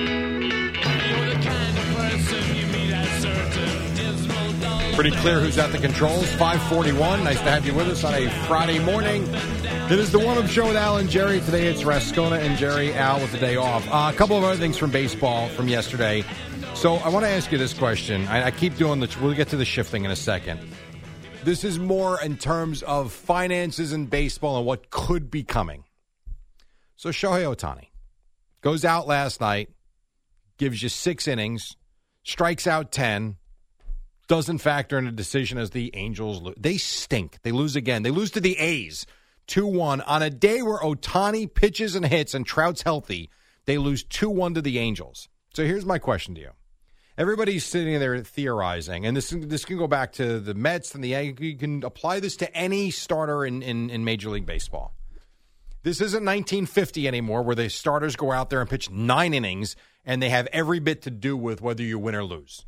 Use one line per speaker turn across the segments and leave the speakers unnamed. You're the kind of person you meet at certain dismal doors.
Pretty clear who's at the controls. 541. Nice to have you with us on a Friday morning. It is the one up show with Al and Jerry. Today it's Rascona and Jerry. Al with the day off. Uh, a couple of other things from baseball from yesterday. So I want to ask you this question. I, I keep doing the. We'll get to the shifting in a second. This is more in terms of finances in baseball and what could be coming. So Shohei Otani goes out last night, gives you six innings, strikes out 10 doesn't factor in a decision as the Angels lose. They stink. They lose again. They lose to the A's 2 1. On a day where Otani pitches and hits and Trout's healthy, they lose 2 1 to the Angels. So here's my question to you. Everybody's sitting there theorizing, and this this can go back to the Mets and the Yankees. You can apply this to any starter in, in, in Major League Baseball. This isn't 1950 anymore, where the starters go out there and pitch nine innings, and they have every bit to do with whether you win or lose.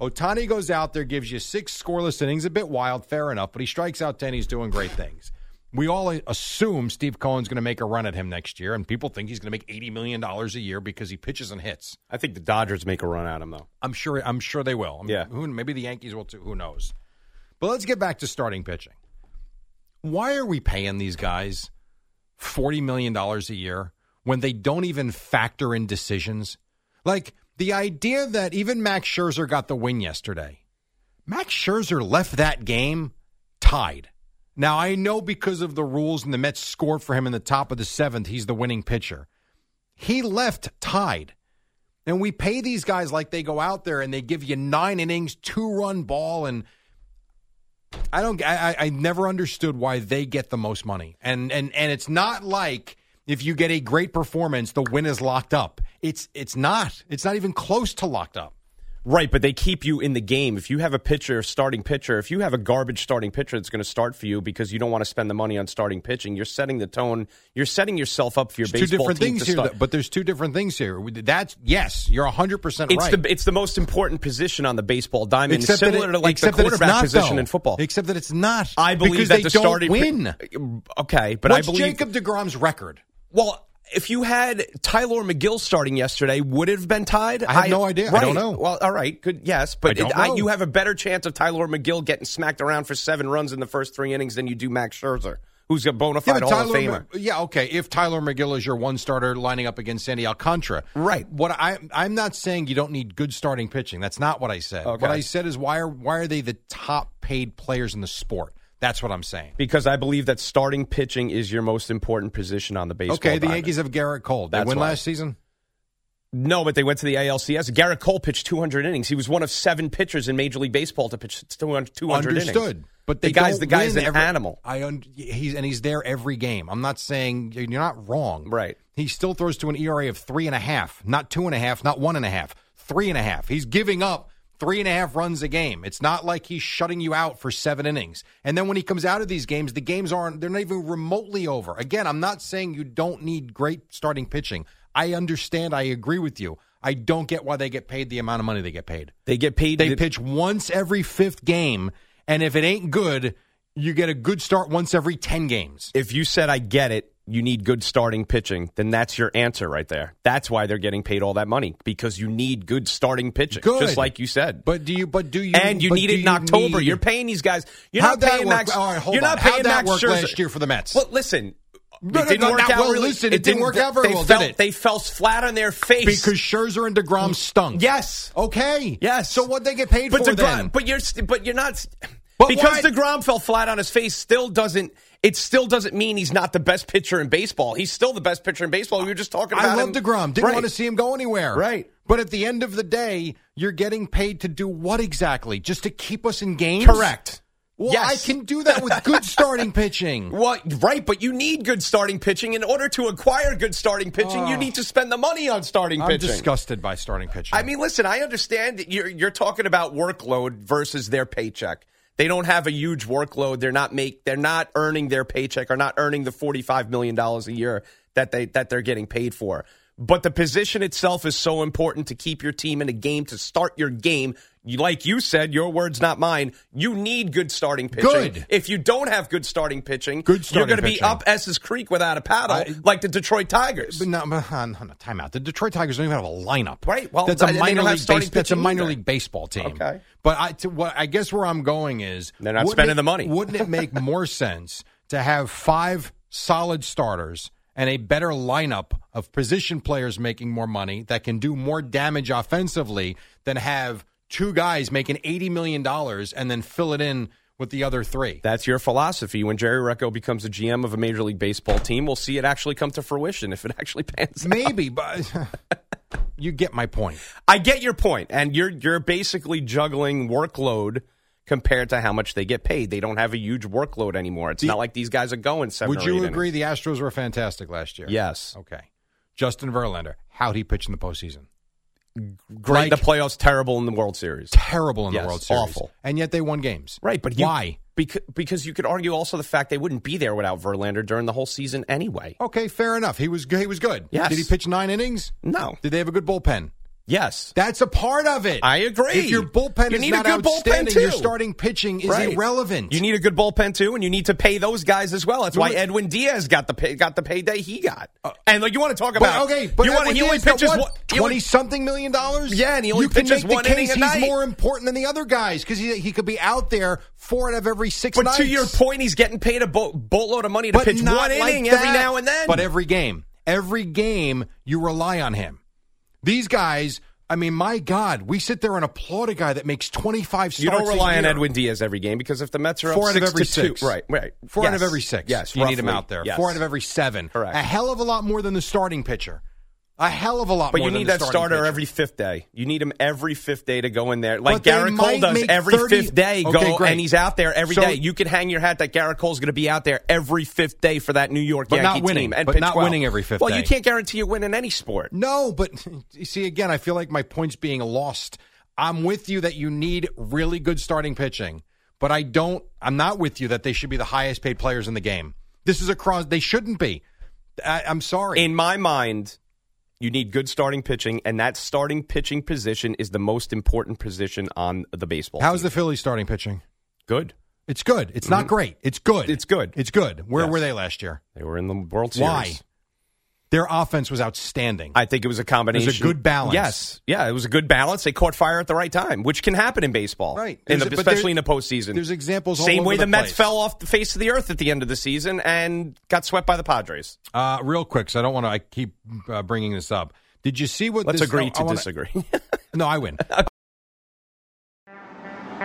Otani goes out there, gives you six scoreless innings, a bit wild, fair enough, but he strikes out 10. He's doing great things. We all assume Steve Cohen's going to make a run at him next year, and people think he's going to make $80 million a year because he pitches and hits.
I think the Dodgers make a run at him, though.
I'm sure. I'm sure they will. I'm-
Yeah.
Who, maybe the Yankees will too. Who knows? But let's get back to starting pitching. Why are we paying these guys forty million dollars a year when they don't even factor in decisions? Like the idea that even Max Scherzer got the win yesterday. Max Scherzer left that game tied. Now I know because of the rules and the Mets scored for him in the top of the seventh, he's the winning pitcher. He left tied. And we pay these guys like they go out there and they give you nine innings, two run ball, and I don't. I, I- I never understood why they get the most money. And and and it's not like if you get a great performance, the win is locked up. It's it's not. It's not even close to locked up.
Right, but they keep you in the game. If you have a pitcher, starting pitcher, if you have a garbage starting pitcher that's going to start for you because you don't want to spend the money on starting pitching, you're setting the tone. You're setting yourself up for your
There's two
baseball
different
team
things
to
here,
start.
though- but there's two different things here. That's yes, you're 100 percent
it's
right.
the it's the most important position on the baseball diamond,
Except that
similar
it-
to like the
except that it's
quarterback
not,
position
though.
in football.
Except that it's not.
I believe
because
that
they
the
don't
starting
win.
Okay, but
What's
I believe
Jacob Degrom's record.
Well, if you had Tyler McGill starting yesterday, would it have been tied?
I have no idea. I
Right.
don't know.
Well, all right, good. Yes, but
I don't
it-
know.
you have a better chance of Tyler McGill getting smacked around for seven runs in the first three innings than you do Max Scherzer, who's a bona fide
but
Hall of
Tyler
Famer.
Ma- yeah, okay. If Tyler McGill is your one starter lining up against Sandy Alcantara,
Right.
What I I'm not saying you don't need good starting pitching. That's not what I said.
Okay.
What I said is why are why are they the top paid players in the sport? That's what I'm saying.
because I believe that starting pitching is your most important position on the baseball.
okay, the
diamond.
Yankees have Garrett Cole. They
That's
win
why.
last season.
No, but they went to the ALCS. Garrett Cole pitched 200 innings. He was one of seven pitchers in Major League Baseball to pitch 200, 200 innings.
Understood. But they
the guy's
don't
the guy's
win
an
every-
animal.
I un- he's and he's there every game. I'm not saying you're not wrong.
Right.
He still throws to an ERA of three and a half, not two and a half, not one and a half, three and a half. He's giving up three and a half runs a game. It's not like he's shutting you out for seven innings. And then when he comes out of these games, the games aren't they're not even remotely over. Again, I'm not saying you don't need great starting pitching. I understand. I agree with you. I don't get why they get paid the amount of money they get paid.
They get paid.
They pitch once every fifth game, and if it ain't good, you get a good start once every ten games.
if you said I get it, you need good starting pitching, then that's your answer right there. That's why they're getting paid all that money because you need good starting pitching,
Good,
just like you said.
But do you? But do you?
and you
but
need
do
it in
you
October.
need-
You're paying these guys. You're
How'd
not
that
paying
work?
Max.
All right, hold
you're
on.
not
How'd
paying
that
Max
work
Scherzer.
last year for the Mets?
Well, listen.
No,
it
no,
didn't
no,
work
not-
out
well,
really.
listen, it didn't work out very
they
well, did
Felt,
it?
They fell flat on their face
because Scherzer and Degrom stunk.
yes,
Okay.
yes.
So what they get paid
but
for
DeGrom-
then?
But you're st- but you're not.
But why-
because DeGrom fell flat on his face still doesn't it still doesn't mean he's not the best pitcher in baseball. He's still the best pitcher in baseball. We were just talking about
I love
him.
DeGrom. Didn't
Right.
want to see him go anywhere.
Right.
But at the end of the day, you're getting paid to do what exactly? Just to keep us in games?
Correct.
Well,
Yes.
I can do that with good starting pitching.
Well, right, but you need good starting pitching. In order to acquire good starting pitching, you need to spend the money on starting
Oh. I'm
pitching.
disgusted by starting pitching.
I mean, listen, I understand that you're you're talking about workload versus their paycheck. They don't have a huge workload. They're not make they're not earning their paycheck or not earning the forty five million dollars a year that they that they're getting paid for. But the position itself is so important to keep your team in a game to start your game. You- Like you said, your words not mine. You need good starting pitching.
Good.
If you don't have good starting pitching,
Good starting
you're going to be
pitching.
up S's Creek without a paddle,
I-
like the Detroit Tigers.
But no, no, no, no, timeout. The Detroit Tigers don't even have a lineup.
Right, well,
that's a
and they don't
minor
have
league.
starting
base- that's a
pitching
minor
either.
league baseball team.
Okay.
but I, to, what, I guess where I'm going is
They're not
wouldn't
spending
it-
the money.
Wouldn't it make more sense to have five solid starters and a better lineup of position players making more money that can do more damage offensively than have two guys making eighty million dollars and then fill it in with the other three?
That's your philosophy. When Jerry Recco becomes a GM of a Major League Baseball team, we'll see it actually come to fruition if it actually pans out.
Maybe, but you get my point.
I get your point, and you're you're basically juggling workload compared to how much they get paid. They don't have a huge workload anymore. It's not like these guys are going seven.
Would
or
you
eight
agree Oh,
innings.
the Astros were fantastic last year?
Yes,
Okay. Justin Verlander, how'd he pitch in the postseason? Like-
great. the playoffs terrible in the World Series.
Terrible in
Yes,
the World Series.
awful.
And yet they won games.
Right, but you,
why?
Because, because you could argue also the fact they wouldn't be there without Verlander during the whole season anyway.
Okay, fair enough. He was he was good.
Yes.
Did he pitch nine innings?
No.
Did they have a good bullpen?
Yes.
That's a part of it.
I agree.
If your bullpen
You
is
need a
not
good bullpen,
outstanding, your
too.
starting pitching is
Right.
irrelevant.
You need a good bullpen too, and you need to pay those guys as well. That's why
Really? Uh,
Edwin Diaz got the pay, got the payday he got. and like you want to talk
but,
about
okay, but
you wanna-
Edwin
he only
Diaz got
pitches
what,
one- he only-
twenty something million dollars.
Yeah, and he only
you can
pitches
make the
one
case
inning a
he's
night.
more important than the other guys because he, he could be out there four out of every six.
But
nights.
to your point, he's getting paid a bo- boatload of money to pitch
not
one
like
inning
that.
every now and then.
But every game, every game, you rely on him. These guys, I mean, my God, we sit there and applaud a guy that makes twenty five.
you don't rely on Edwin Diaz every game because if the Mets are up
Four out of
six
every
to
six.
two, right, right,
Four out
Yes.
of every six.
Yes,
you need him
roughly.
out there.
Yes.
Four out of every seven.
Correct.
A hell of a lot more than the starting pitcher. A hell of a lot
But
more.
you
than
need
the
that
starting
starter
pitcher.
every fifth day. You need him every fifth day to go in there, like
But they
Garrett Cole
might
does
make
every
30
fifth day.
Okay,
go
great.
and he's out there every day.
So-
You can hang your hat that Garrett Cole's going to be out there every fifth day for that New York
But not
Yankee
winning.
team and
But
pitch
not
well.
winning every fifth
Well, you
day.
can't guarantee a win in any sport.
No, but you see, again, I feel like my point's being lost. I'm with you that you need really good starting pitching, but I don't. I'm not with you that they should be the highest paid players in the game. This is a cross. They shouldn't be. I, I'm sorry.
In my mind, you need good starting pitching, and that starting pitching position is the most important position on the baseball.
How's
team.
the Phillies starting pitching?
good?
It's good. It's not great. It's good.
Mm-hmm. It's good.
It's good. Where
Yes.
were they last year?
They were in the World Series.
Why? Their offense was outstanding.
I think it was a combination.
good balance.
Yes, yeah, it was a good balance. They caught fire at the right time, which can happen in baseball,
Right.
In the,
There's- but
especially in
there-
the postseason.
there's examples all
Same
over
way
the
the Mets
place.
fell off the face of the earth at the end of the season and got swept by the Padres.
Uh, real quick, so I don't want to. I keep uh, bringing this up. Did you see what?
Let's
this, Oh,
agree
I- I
to
wanna-
disagree.
No, I win.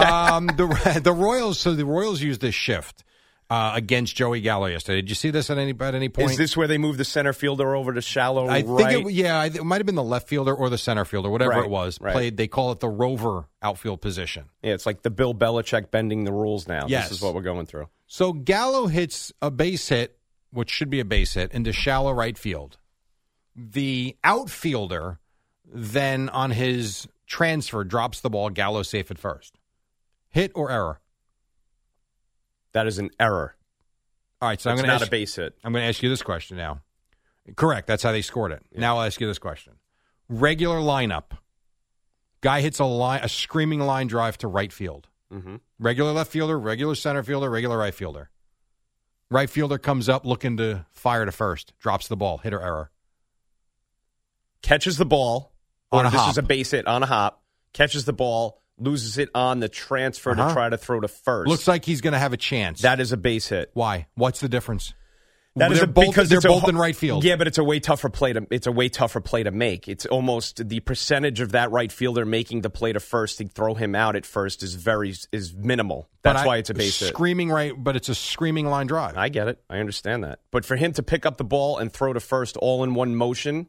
um, the the Royals. So the Royals used this shift uh, against Joey Gallo yesterday. Did you see this at any at any point?
Is this where they move the center fielder over to shallow
I think
right?
it, yeah, I th- it might have been the left fielder or the center fielder, whatever
Right,
it was.
right.
Played. They call it the rover outfield position.
yeah, it's like the Bill Belichick bending the rules now.
Yes.
This is what we're going through.
So Gallo hits a base hit, which should be a base hit, into shallow right field. The outfielder then on his transfer drops the ball. Gallo safe at first. Hit or error?
That is an error.
All right, so I'm
That's
going to
not
ask,
a base hit.
I'm going to ask you this question now. Correct. That's how they scored it. Now I'll ask you this question. Regular lineup. Guy hits a line, a screaming line drive to right field.
Mm-hmm.
Regular left fielder, regular center fielder, regular right fielder. Right fielder comes up looking to fire to first, drops the ball, hitter error.
Catches the ball.
On
or
a
this
hop.
is a base hit on a hop. Catches the ball, loses it on the transfer
Uh-huh.
to try to throw to first.
Looks like he's going to have a chance.
that is a base hit.
Why? What's the difference?
That is
they're
a,
both,
because
they're
it's a
both
ho-
in right field.
Yeah, but it's a way tougher play to it's a way tougher play to make. It's almost the percentage of that right fielder making the play to first to throw him out at first is very is minimal.
But
That's
I-
why it's a base hit.
Screaming right, but it's a screaming line drive.
I get it. I understand that. But for him to pick up the ball and throw to first all in one motion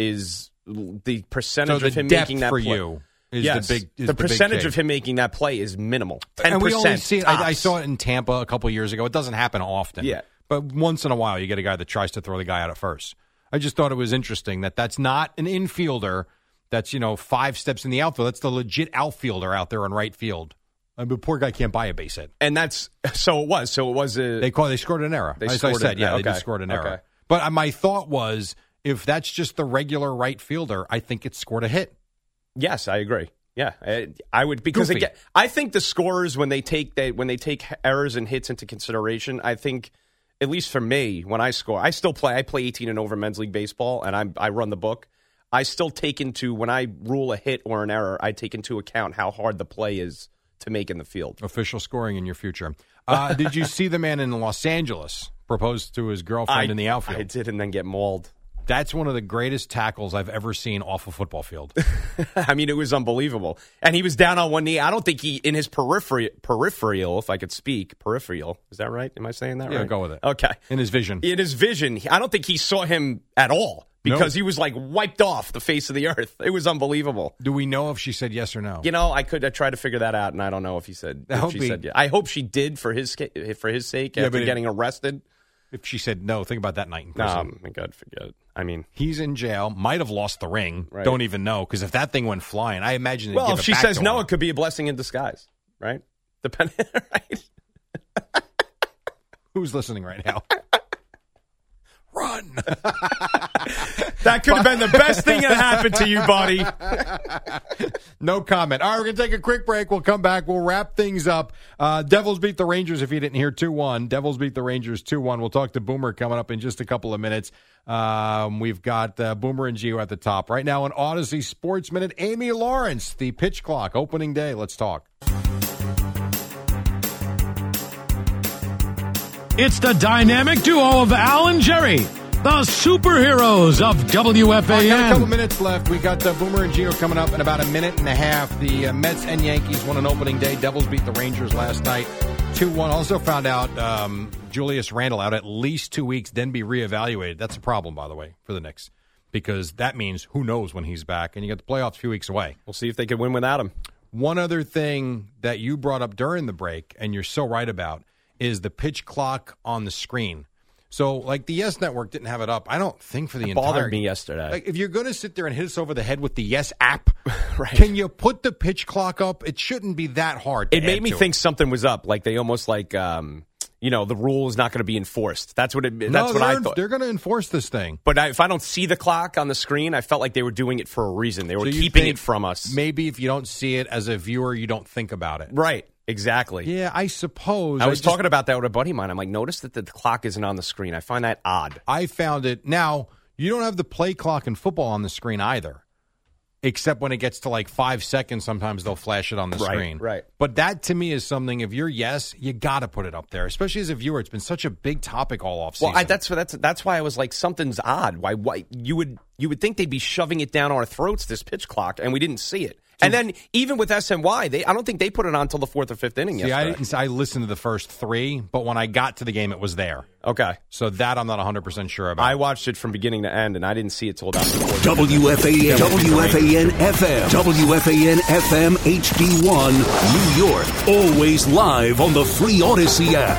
is the
so
percentage
the
of him
depth
making that
for
play.
you is
yes,
the big is
the
big
percentage
kick.
of him making that play is minimal. Ten
And we only
percent.
see it, I, I saw it in Tampa a couple years ago. It doesn't happen often.
Yeah.
But once in a while, you get a guy that tries to throw the guy out at first. I just thought it was interesting that that's not an infielder that's, you know, five steps in the outfield. That's the legit outfielder out there in right field. I mean, poor guy can't buy a base hit.
and that's so it was. So it was a
They call they scored an error.
They
As I
scored
said,
an-
yeah, they
okay,
just scored an error.
okay.
But uh, my thought was if that's just the regular right fielder, I think it scored a hit.
Yes, I agree. Yeah, I, I would because
Goofy.
again, I think the scorers when they take they, when they take errors and hits into consideration, I think at least for me when I score, I still play. I play eighteen and over men's league baseball, and I'm I run the book. I still take into when I rule a hit or an error, I take into account how hard the play is to make in the field.
Official scoring in your future. Uh, did you see the man in Los Angeles propose to his girlfriend
I,
in the outfield?
I did, and then get mauled.
That's one of the greatest tackles I've ever seen off a football field.
I mean, it was unbelievable. And he was down on one knee. I don't think he in his periphery peripheral, if I could speak, peripheral. Is that right? Am I saying that
Yeah,
right?
go with it.
Okay.
In his vision.
In his vision, he- I don't think he saw him at all because he was like wiped off the face of the earth. It was unbelievable.
Do we know if she said yes or no?
You know, I could I tried to figure that out, and I don't know if he said.
I
if
hope
she
he-
said yeah. I hope she did for his ca- for his sake
Yeah,
after
but it-
getting arrested.
If she said no, think about that night in prison.
Oh my God, forget it. I mean,
He's in jail. Might have lost the ring.
Right.
Don't even know because if that thing went flying, I imagine. they'd
well,
give
if
it
she
back
says
to
no,
him.
it could be a blessing in disguise, right? Depending, right?
who's listening right now? Run!
That could have been the best thing that happened to you, buddy.
no comment. All right, we're gonna take a quick break. We'll come back. We'll wrap things up. Uh, Devils beat the Rangers. If you didn't hear, two one. Devils beat the Rangers two one. We'll talk to Boomer coming up in just a couple of minutes. Um, we've got uh, Boomer and Geo at the top right now on Odyssey Sports Minute. Amy Lawrence, the pitch clock opening day. Let's talk.
It's the dynamic duo of Al and Jerry, the superheroes of
We got a couple
WFAN.
minutes left. We got the Boomer and Geo coming up in about a minute and a half. The uh, Mets and Yankees won an opening day. Devils beat the Rangers last night, two one. Also found out um, Julius Randle out at least two weeks, then be reevaluated. That's a problem, by the way, for the Knicks because that means who knows when he's back, and you got the playoffs a few weeks away.
We'll see if they could win without him.
One other thing that you brought up during the break, and you're so right about, is the pitch clock on the screen. So, like the Yes Network didn't have it up. I don't think for the
It
entire
bothered me yesterday.
like if you're going to sit there and hit us over the head with the yes app,
Right.
can you put the pitch clock up? It shouldn't be that hard. to
it made
add
me
to
think something was up. Like they almost like, um, you know, the rule is not going to be enforced. That's what it.
No,
That's what
they're
I
en-
thought.
They're going to enforce this thing.
But I, if I don't see the clock on the screen, I felt like they were doing it for a reason. They were
So you
keeping
think
it from us.
Maybe if you don't see it as a viewer, you don't think about it.
right. Exactly.
Yeah, I suppose.
I was
just-
talking about that with a buddy of mine. I'm like, notice that the clock isn't on the screen. I find that odd.
I found it. Now you don't have the play clock in football on the screen either. Except when it gets to like five seconds, sometimes they'll flash it on the
Right,
screen.
right.
But that to me is something. If you're yes, you got to put it up there, especially as a viewer. It's been such a big topic all off season.
Well, I, that's that's that's why I was like, something's odd. Why? Why you would you would think they'd be shoving it down our throats this pitch clock, and we didn't see it. And then even with SNY, they I don't think they put it on till the fourth or fifth inning.
See, I
yesterday.
didn't. I listened to the first three, but when I got to the game, it was there.
Okay,
So that I'm not 100 percent sure about.
I watched it from beginning to end, and I didn't see it till about the fourth.
WFAN, WFAN FM, WFAN FM HD1, New York. Always live on the free Odyssey app.